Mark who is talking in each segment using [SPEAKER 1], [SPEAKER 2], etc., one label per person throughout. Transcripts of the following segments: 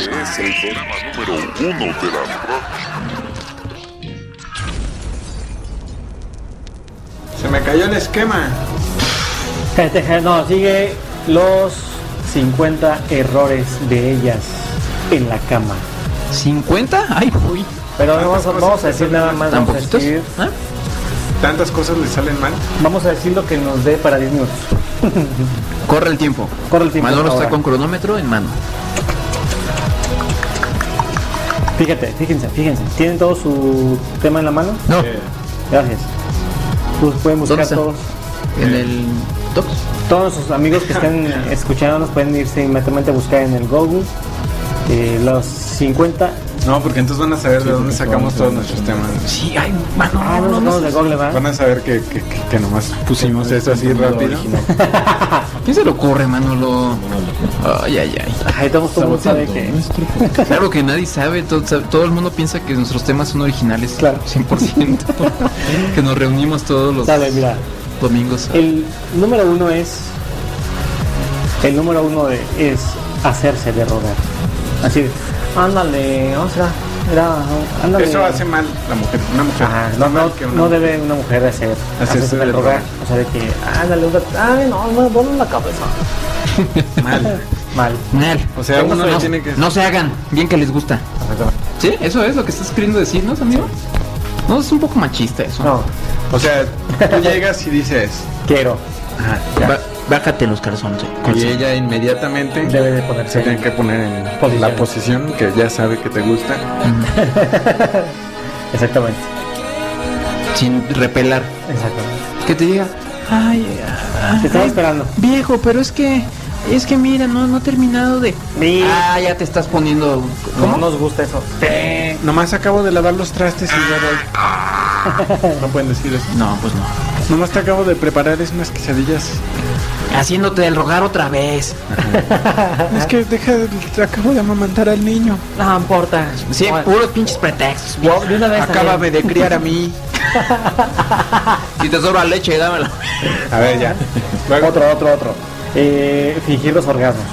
[SPEAKER 1] Este es el programa número uno de la radio.
[SPEAKER 2] Se me cayó el esquema.
[SPEAKER 3] Este, no, sigue los 50 errores de ellas en la cama.
[SPEAKER 4] ¿50? Ay, uy.
[SPEAKER 3] Pero no vamos, a-
[SPEAKER 2] cosas
[SPEAKER 3] vamos a
[SPEAKER 2] que
[SPEAKER 3] decir
[SPEAKER 2] son
[SPEAKER 3] nada más.
[SPEAKER 4] ¿Tan
[SPEAKER 3] Vamos a
[SPEAKER 4] poquitos?
[SPEAKER 3] decir,
[SPEAKER 4] ¿Ah?
[SPEAKER 2] Tantas cosas le salen mal.
[SPEAKER 3] vamos a decir lo que nos dé para 10 minutos.
[SPEAKER 4] Corre el tiempo.
[SPEAKER 3] Corre el tiempo,
[SPEAKER 4] Manolo
[SPEAKER 3] por
[SPEAKER 4] está
[SPEAKER 3] favor.
[SPEAKER 4] con cronómetro en mano.
[SPEAKER 3] Fíjate, fíjense, fíjense. ¿Tienen todo su tema en la mano?
[SPEAKER 4] No,
[SPEAKER 2] Eh,
[SPEAKER 3] Gracias. Pues pueden buscar
[SPEAKER 4] ¿Dónde está?
[SPEAKER 3] todos.
[SPEAKER 4] en el Docs.
[SPEAKER 3] Todos sus amigos que estén escuchándonos pueden irse inmediatamente a buscar en el Google eh, los 50.
[SPEAKER 2] No, porque entonces van a saber de dónde sacamos todos nuestros temas.
[SPEAKER 4] Sí, ay, Manolo.
[SPEAKER 3] Ah, no, no, de Google, ¿verdad?
[SPEAKER 2] Van a saber que, que, que- que nomás
[SPEAKER 3] Ah, pues,
[SPEAKER 2] pusimos esto así rápido.
[SPEAKER 4] ¿Quién se le ocurre, Manolo? Ay, ay, ay.
[SPEAKER 3] Ahí estamos todo el mundo sabe que.
[SPEAKER 4] Claro que nadie sabe, todo, sabe- todo el mundo piensa que nuestros temas son originales.
[SPEAKER 3] Claro.
[SPEAKER 4] 100%. que nos reunimos todos los
[SPEAKER 3] Dale, mira.
[SPEAKER 4] domingos. a-
[SPEAKER 3] El número uno es. El número uno de- es hacerse de rogar. Así de, ándale, o sea, era, ándale.
[SPEAKER 2] Eso hace mal la mujer. Una mujer.
[SPEAKER 3] Ajá,
[SPEAKER 2] Está
[SPEAKER 3] pues, Ah, no,
[SPEAKER 2] mal
[SPEAKER 3] no,
[SPEAKER 2] que una
[SPEAKER 3] no
[SPEAKER 2] mujer.
[SPEAKER 3] debe una mujer hacer,
[SPEAKER 2] Hacerse
[SPEAKER 3] hacerse
[SPEAKER 2] de
[SPEAKER 3] de rogar.
[SPEAKER 2] rogar.
[SPEAKER 3] O sea, de que, ándale, un rato, ay, no, no, ponle la cabeza.
[SPEAKER 2] Mal.
[SPEAKER 3] Mal.
[SPEAKER 4] Mal.
[SPEAKER 2] O sea, uno
[SPEAKER 4] no,
[SPEAKER 2] le tiene que-
[SPEAKER 4] no se hagan, bien que les gusta. Sí, eso es lo que estás queriendo decirnos, amigo. No, es un poco machista eso.
[SPEAKER 3] No,
[SPEAKER 2] O sea, tú llegas y dices.
[SPEAKER 3] quiero.
[SPEAKER 4] Ba- bájate los calzones. eh,
[SPEAKER 2] Y ella inmediatamente
[SPEAKER 3] Debe de ponerse
[SPEAKER 2] se tiene que poner en
[SPEAKER 3] Posición.
[SPEAKER 2] la posición que ya sabe que te gusta.
[SPEAKER 3] Exactamente.
[SPEAKER 4] Sin repelar.
[SPEAKER 3] Exactamente.
[SPEAKER 4] Que te diga, ay,
[SPEAKER 3] Te estaba esperando.
[SPEAKER 4] viejo, pero es que, es que mira, no, no he terminado de.
[SPEAKER 3] Mi-
[SPEAKER 4] Ah, ya te estás poniendo.
[SPEAKER 3] No nos gusta eso.
[SPEAKER 2] Nomás acabo de lavar los trastes y ya doy. No pueden decir eso.
[SPEAKER 4] No, pues no.
[SPEAKER 2] Nomás te acabo de preparar es unas quesadillas.
[SPEAKER 4] Haciéndote el rogar otra vez.
[SPEAKER 2] Es que deja, acabo de amamantar al niño.
[SPEAKER 3] No importa.
[SPEAKER 4] Sí, puros pinches pretextos.
[SPEAKER 3] Wow, de una vez también.
[SPEAKER 4] de criar a mí. si te sobra leche, dámela.
[SPEAKER 2] A ver, ya.
[SPEAKER 3] Otro, otro, otro. Eh, fingir los orgasmos.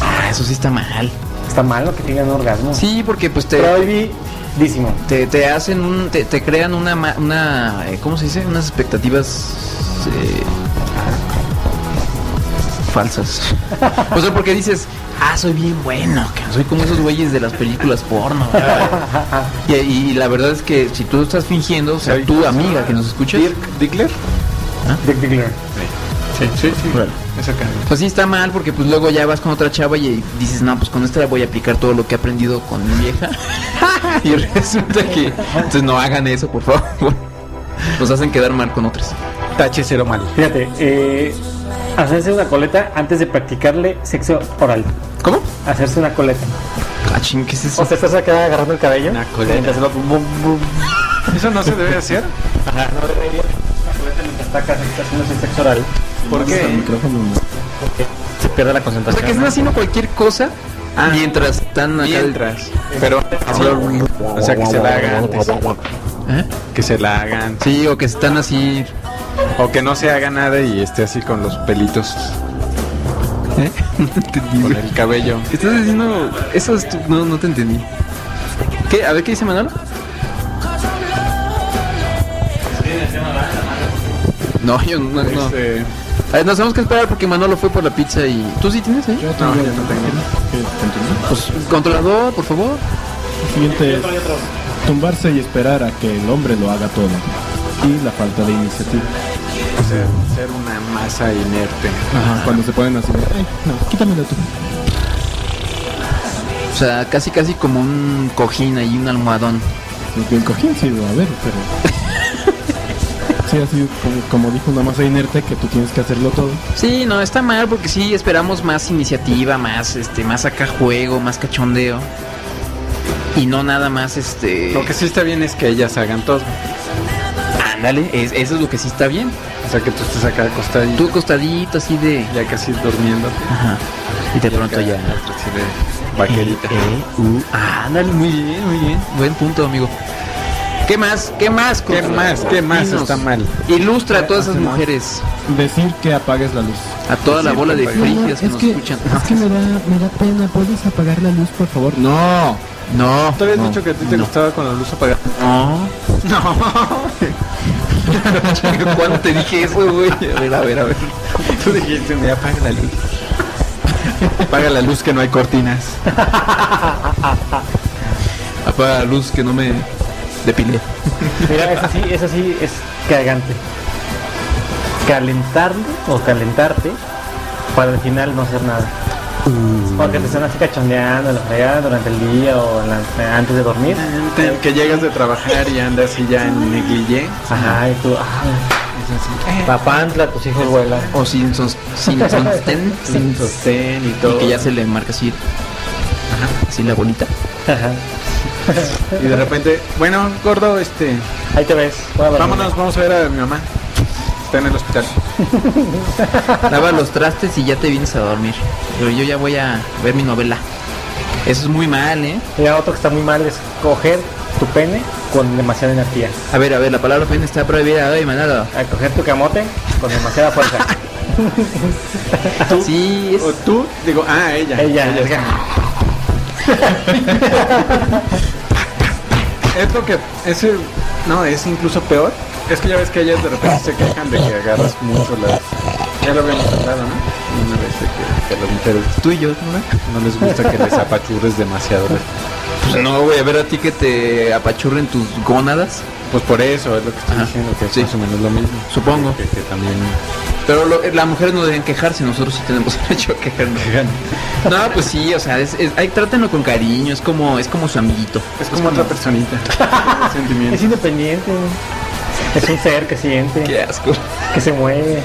[SPEAKER 4] Ah, eso sí está mal.
[SPEAKER 3] Está mal lo que tengan orgasmos.
[SPEAKER 4] Sí, porque pues te,
[SPEAKER 3] Prohibidísimo.
[SPEAKER 4] te, te hacen un. Te, te crean una. ma- una eh, ¿Cómo se dice? Unas expectativas. eh, falsas. O sea, porque dices. Ah, soy bien bueno, cabrón, soy como esos güeyes de las películas porno. Y, y la verdad es que si tú estás fingiendo, o sea,
[SPEAKER 2] Soy-
[SPEAKER 4] tu amiga que nos escucha,
[SPEAKER 2] Dirk Dickler.
[SPEAKER 3] Dick Diggler.
[SPEAKER 2] Sí, sí, sí. Es acá.
[SPEAKER 4] Pues sí está mal porque pues luego ya vas con otra chava y dices, no, pues con esta la voy a aplicar todo lo que he aprendido con mi vieja. y resulta que entonces no hagan eso, por favor. Nos hacen quedar mal con otras.
[SPEAKER 2] Tache cero mal.
[SPEAKER 3] Fíjate, eh, hacerse una coleta antes de practicarle sexo oral.
[SPEAKER 4] ¿Cómo?
[SPEAKER 3] Hacerse una coleta.
[SPEAKER 4] Cachín, Ah, ¿qué es eso?
[SPEAKER 3] O sea, estás acá agarrando el cabello.
[SPEAKER 2] Una coleta.
[SPEAKER 3] Y te hace lo- bum, bum, bum.
[SPEAKER 2] Eso no se debe hacer.
[SPEAKER 3] Una coleta mientras está acá, está haciendo ese sexo oral.
[SPEAKER 2] ¿Por qué?
[SPEAKER 3] Se pierde la
[SPEAKER 4] O sea,
[SPEAKER 3] concentración.
[SPEAKER 4] que están haciendo cualquier cosa Ah. mientras están acá-
[SPEAKER 2] Mientras. Pero, o sea, que se la haga antes.
[SPEAKER 4] ¿Eh?
[SPEAKER 2] Que se la hagan.
[SPEAKER 4] Sí, o que están así...
[SPEAKER 2] O que no se haga nada y esté así con los pelitos,
[SPEAKER 4] ¿eh? No te entendí,
[SPEAKER 2] con
[SPEAKER 4] güey.
[SPEAKER 2] el cabello.
[SPEAKER 4] Estás diciendo... Eso es tu- No, no te entendí. ¿Qué? A ver, ¿qué dice Manolo? No, yo no... no.
[SPEAKER 2] Este,
[SPEAKER 4] A ver, nos tenemos que esperar porque Manolo fue por la pizza y... ¿Tú sí tienes ahí?
[SPEAKER 2] no, yo no tengo.
[SPEAKER 4] Pues, controlador, por favor.
[SPEAKER 5] Siguiente es tumbarse y esperar a que el hombre lo haga todo. Y la falta de iniciativa.
[SPEAKER 2] O sea, ser una masa inerte.
[SPEAKER 5] Cuando se ponen así, de, ay, no, quítamelo tú.
[SPEAKER 4] O sea, casi casi como un cojín ahí, un almohadón.
[SPEAKER 5] El cojín sí lo va a ver, pero... Sí, así como, como dijo una masa inerte que tú tienes que hacerlo todo.
[SPEAKER 4] Sí, no, está mal porque sí esperamos más iniciativa, más, este, más acá juego, más cachondeo. Y no nada más, este...
[SPEAKER 2] Lo que sí está bien es que ellas hagan todo.
[SPEAKER 4] Ándale, es- eso es lo que sí está bien.
[SPEAKER 2] O sea, que tú estés acá acostadito,
[SPEAKER 4] Tú acostadito así de...
[SPEAKER 2] ya casi durmiendo.
[SPEAKER 4] Ajá. Y de pronto ya... E,
[SPEAKER 2] Así de vaquerita.
[SPEAKER 4] Eh, uh, ándale, muy bien, muy bien. Buen punto, amigo. ¿Qué más? ¿Qué más?
[SPEAKER 2] ¿Qué
[SPEAKER 4] Consuelo?
[SPEAKER 2] más? ¿Qué más
[SPEAKER 4] Dinos.
[SPEAKER 2] está mal?
[SPEAKER 4] Ilustra a todas esas
[SPEAKER 5] Hace mal.
[SPEAKER 4] mujeres,
[SPEAKER 5] Decir que apagues la luz.
[SPEAKER 4] a toda la bola de frigias que
[SPEAKER 5] es
[SPEAKER 4] nos
[SPEAKER 5] que,
[SPEAKER 4] escuchan.
[SPEAKER 5] es que me da, me da pena. ¿Puedes apagar la luz, por favor? No.
[SPEAKER 4] No.
[SPEAKER 2] Tú habías
[SPEAKER 4] no,
[SPEAKER 2] dicho que a ti te
[SPEAKER 4] no.
[SPEAKER 2] gustaba con la luz apagada.
[SPEAKER 4] No. No. ¿Cuándo te dije eso, güey? A ver, a ver, a ver.
[SPEAKER 2] Tú dijiste, me apaga la luz.
[SPEAKER 4] Apaga la luz que no hay cortinas. Apaga la luz que no me depilé.
[SPEAKER 3] Mira, esa sí, esa sí es cagante. Calentarlo o calentarte para al final no hacer nada. Porque te están así cachondeando, la fregada durante el día o en la- antes de dormir.
[SPEAKER 4] Que llegas de trabajar y andas y ya en negligé.
[SPEAKER 3] Ajá, y tú, ah, papantla, tus hijos vuelan.
[SPEAKER 4] O sin, sos- sin sostén.
[SPEAKER 3] Sin
[SPEAKER 4] sostén y todo. Y que ya se le marca así. Ajá, así la bolita.
[SPEAKER 3] Ajá.
[SPEAKER 2] Y de repente, bueno, gordo, este,
[SPEAKER 3] Ahí te ves. voy a dormir.
[SPEAKER 2] vámonos, vamos a ver a mi mamá. Está en el hospital.
[SPEAKER 4] Lava los trastes y ya te vienes a dormir. Pero yo ya voy a ver mi novela. Eso es muy mal, ¿eh?
[SPEAKER 3] Mira, otro que está muy mal es coger tu pene con demasiada energía.
[SPEAKER 4] A ver, a ver, la palabra pene está prohibida hoy, Manolo.
[SPEAKER 3] A coger tu camote con demasiada fuerza.
[SPEAKER 4] Sí, es...
[SPEAKER 2] O tú, digo, ah, ella.
[SPEAKER 3] Ella,
[SPEAKER 2] Es lo que, ese, no, es incluso peor. Es que ya ves que ellas de repente se quejan de que agarras mucho las... Ya lo habíamos tratado, ¿no? Una vez de que, que a las mujeres
[SPEAKER 4] tú y yo, ¿no?
[SPEAKER 2] no les gusta que les apachurres demasiado.
[SPEAKER 4] Pues no, güey, a ver a ti que te apachurren tus gónadas,
[SPEAKER 2] Pues por eso es lo que estoy
[SPEAKER 4] Ajá.
[SPEAKER 2] diciendo, que es
[SPEAKER 4] Sí.
[SPEAKER 2] más o menos lo mismo.
[SPEAKER 4] supongo.
[SPEAKER 2] Que, que también...
[SPEAKER 4] Pero lo- eh, las mujeres no deben quejarse, nosotros sí tenemos derecho a quejarnos. No, pues sí, o sea, es, es- ay, trátenlo con cariño, es como, es como su amiguito.
[SPEAKER 2] Es como otra personita. sentimiento.
[SPEAKER 3] Es independiente. Es un ser que siente,
[SPEAKER 4] Qué asco.
[SPEAKER 3] que se mueve,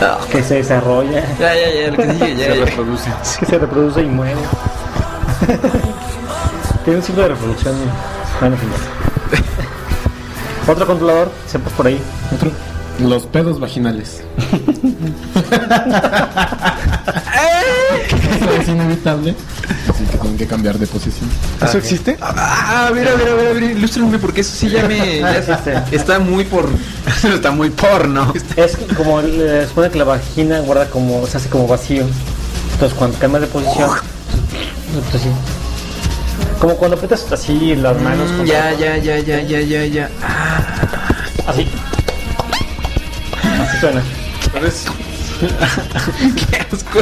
[SPEAKER 4] No.
[SPEAKER 3] que se desarrolla,
[SPEAKER 4] Ya, ya, ya, lo que sigue, ya,
[SPEAKER 2] Se
[SPEAKER 4] ya.
[SPEAKER 2] reproduce.
[SPEAKER 3] que se reproduce y mueve. Tiene un ciclo de reproducción. Bueno, en fin. Otro controlador, sepas por ahí.
[SPEAKER 5] Otro. Los pedos vaginales. Eso es inevitable. Así que tengo que cambiar de posición.
[SPEAKER 2] ¿Eso existe?
[SPEAKER 4] Ah, a ver, a ver, a ver, a ver, ilústrenme porque eso sí ya me... ya
[SPEAKER 3] Sí, sí.
[SPEAKER 4] está muy por... está muy porno.
[SPEAKER 3] Es que como eh, se supone que la vagina guarda como, se hace como vacío. Entonces cuando cambias de posición, pues sí. Como cuando aprietas así las manos.
[SPEAKER 4] Mm,
[SPEAKER 3] con-
[SPEAKER 4] ya, ya, ya, ya, ya, ya, ya.
[SPEAKER 3] Así. Así suena.
[SPEAKER 2] Entonces,
[SPEAKER 4] Qué asco.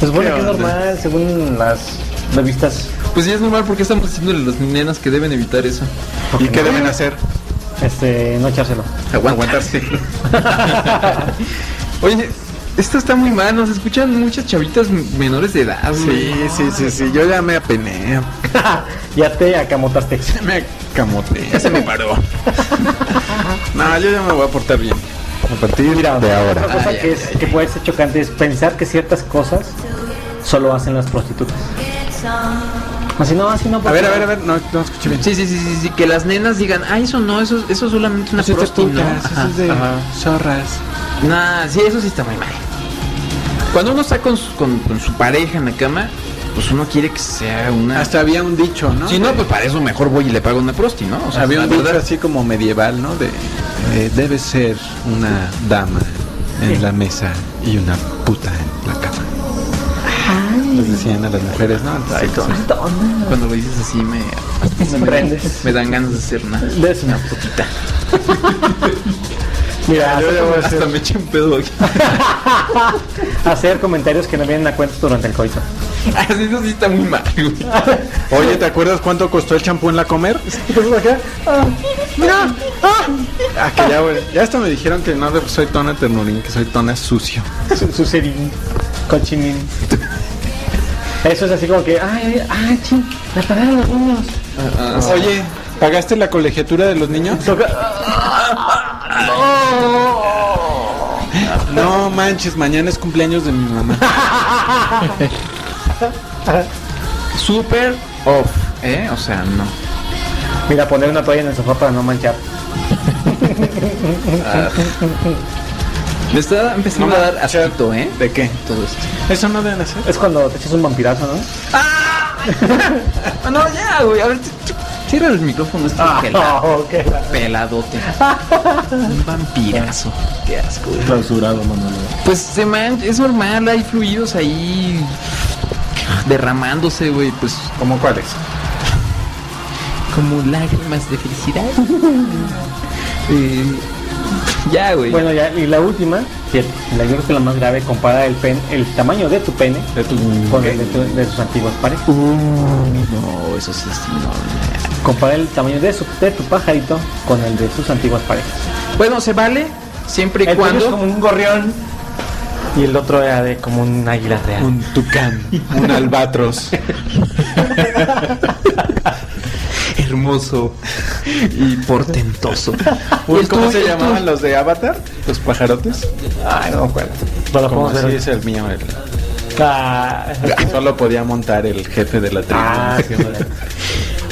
[SPEAKER 3] Se supone que es
[SPEAKER 2] onda?
[SPEAKER 3] normal según las revistas.
[SPEAKER 4] Pues sí es normal porque estamos diciéndole a las nenas que deben evitar eso.
[SPEAKER 2] ¿Y qué deben hacer?
[SPEAKER 3] Este, no echárselo.
[SPEAKER 4] Aguantarse. Oye, esto está muy mal, nos escuchan muchas chavitas m- menores de edad, güey.
[SPEAKER 2] Sí, sí, sí, sí. Yo ya me apené.
[SPEAKER 3] ya te acamotaste.
[SPEAKER 2] Me camoté.
[SPEAKER 4] Ya se me paró.
[SPEAKER 2] No, yo ya me voy a portar bien. A partir de
[SPEAKER 3] Otra
[SPEAKER 2] ahora.
[SPEAKER 3] cosa
[SPEAKER 4] Ay,
[SPEAKER 3] que,
[SPEAKER 4] ay,
[SPEAKER 3] es, que puede ser chocante es pensar que ciertas cosas solo hacen las prostitutas. Así no, así no.
[SPEAKER 2] A
[SPEAKER 3] porque
[SPEAKER 2] ver, a
[SPEAKER 3] no.
[SPEAKER 2] ver, a ver. No, no escuché bien.
[SPEAKER 4] Sí, sí, sí, sí, sí, que las nenas digan, ah, eso no, eso, eso solamente es una
[SPEAKER 2] Eso es de
[SPEAKER 4] prosti, ¿no?"
[SPEAKER 2] putas, eso
[SPEAKER 4] Ajá,
[SPEAKER 2] es de
[SPEAKER 4] ajá.
[SPEAKER 2] zorras.
[SPEAKER 4] Nah, sí, eso sí está muy mal. Cuando uno está con su, con- con su pareja en la cama, pues uno quiere que sea una...
[SPEAKER 2] Ah. Hasta había un dicho, ¿no?
[SPEAKER 4] Si no, pues para eso mejor voy y le pago una prosti, ¿no? O sea,
[SPEAKER 2] Había un
[SPEAKER 4] la
[SPEAKER 2] dicho
[SPEAKER 4] verdad-
[SPEAKER 2] así como medieval, ¿no? De eh, debe ser una dama en la mesa y una puta en la cama. Les decían a las mujeres, ¿no? Entonces,
[SPEAKER 4] Cuando lo dices así me,
[SPEAKER 3] Me prendes.
[SPEAKER 4] me dan ganas de hacer nada.
[SPEAKER 3] Es una putita. Mira, hacer,
[SPEAKER 4] Hasta me eché un pedo aquí.
[SPEAKER 3] hacer comentarios que no vienen a cuento durante el coito.
[SPEAKER 4] Así eso sí está muy mal, güey.
[SPEAKER 2] Oye, ¿te acuerdas cuánto costó el champú en la comer? mira, ah, que ya, güey. Ya hasta me dijeron que no soy tona ternurín, que soy tona sucio.
[SPEAKER 3] Su- Sucedín, cochinín. Eso es así como que, ay, ay, ay, ching, me apagaron los niños.
[SPEAKER 2] Oye, ¿pagaste la colegiatura de los niños?
[SPEAKER 3] Toca-
[SPEAKER 2] No manches, mañana es cumpleaños de mi mamá.
[SPEAKER 4] Super off, ¿eh? O sea, no.
[SPEAKER 3] Mira, poner una toalla en el sofá para no manchar.
[SPEAKER 4] Me está empezando
[SPEAKER 2] No
[SPEAKER 4] a dar
[SPEAKER 2] manches.
[SPEAKER 4] asquito, ¿eh?
[SPEAKER 2] ¿De qué?
[SPEAKER 4] Todo esto.
[SPEAKER 2] Eso no deben hacer.
[SPEAKER 3] Es cuando te echas un vampirazo, ¿no?
[SPEAKER 4] Ah, no, ya, güey. A ver, t- t- Cierra el micrófono, este
[SPEAKER 3] Ah,
[SPEAKER 4] pelado,
[SPEAKER 3] ok.
[SPEAKER 4] peladote. Un vampirazo. Qué asco, güey.
[SPEAKER 5] Clausurado, Manolo.
[SPEAKER 4] Pues se man- es normal, hay fluidos ahí derramándose, güey, pues
[SPEAKER 2] ¿Cómo cuáles?
[SPEAKER 4] como lágrimas de felicidad. Eh, ya, güey.
[SPEAKER 3] Bueno, ya, y la última, que la, yo creo que la más grave, compara el, pen, el tamaño de tu pene
[SPEAKER 2] De tu-
[SPEAKER 3] con el de, tu- de tus antiguas parejas.
[SPEAKER 4] no, eso sí, sí, no.
[SPEAKER 3] Compara el tamaño de, su, de tu pajarito con el de sus antiguas parejas.
[SPEAKER 4] Bueno, se vale siempre y
[SPEAKER 3] El tuyo es
[SPEAKER 4] cuando
[SPEAKER 3] como un gorrión y el otro era de como un águila real.
[SPEAKER 2] Un tucán, un albatros.
[SPEAKER 4] hermoso y portentoso. Y el
[SPEAKER 2] ¿Cómo
[SPEAKER 4] tuyo-
[SPEAKER 2] se
[SPEAKER 4] el
[SPEAKER 2] llamaban
[SPEAKER 4] tuyo-
[SPEAKER 2] los de Avatar? ¿Los pajarotes? Ay, no me acuerdo.
[SPEAKER 3] No lo
[SPEAKER 2] Como
[SPEAKER 3] podemos ver
[SPEAKER 2] así
[SPEAKER 3] hoy.
[SPEAKER 2] es el mío. el-
[SPEAKER 3] Ah,
[SPEAKER 2] que solo podía montar el jefe de la tribu.
[SPEAKER 3] ah, qué madre.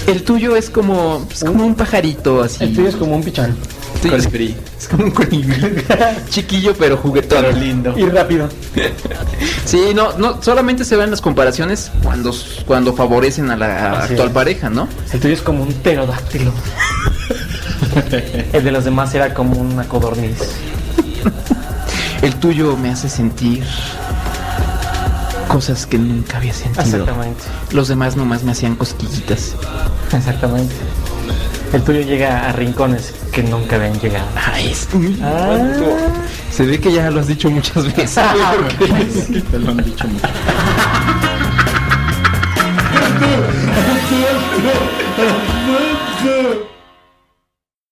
[SPEAKER 4] El tuyo es como, es como un pajarito así.
[SPEAKER 3] El tuyo es como un pichón.
[SPEAKER 4] Sí,
[SPEAKER 2] Colibrí.
[SPEAKER 4] Es como un colibrí. Chiquillo pero juguetón.
[SPEAKER 2] Pero lindo.
[SPEAKER 3] Y rápido.
[SPEAKER 4] Sí, no, no, solamente se ven las comparaciones cuando, cuando favorecen a la
[SPEAKER 3] Así
[SPEAKER 4] actual
[SPEAKER 3] es.
[SPEAKER 4] pareja, ¿no?
[SPEAKER 3] El tuyo es como un pterodáctilo. El de los demás era como una codorniz.
[SPEAKER 4] El tuyo me hace sentir cosas que nunca había sentido.
[SPEAKER 3] Exactamente.
[SPEAKER 4] Los demás nomás me hacían cosquillitas.
[SPEAKER 3] Exactamente. El tuyo llega a rincones que nunca habían llegado.
[SPEAKER 4] Ay, Ah, es- Se ve que ya lo has dicho muchas veces.
[SPEAKER 5] Te lo han dicho mucho.
[SPEAKER 3] Siempre, siempre,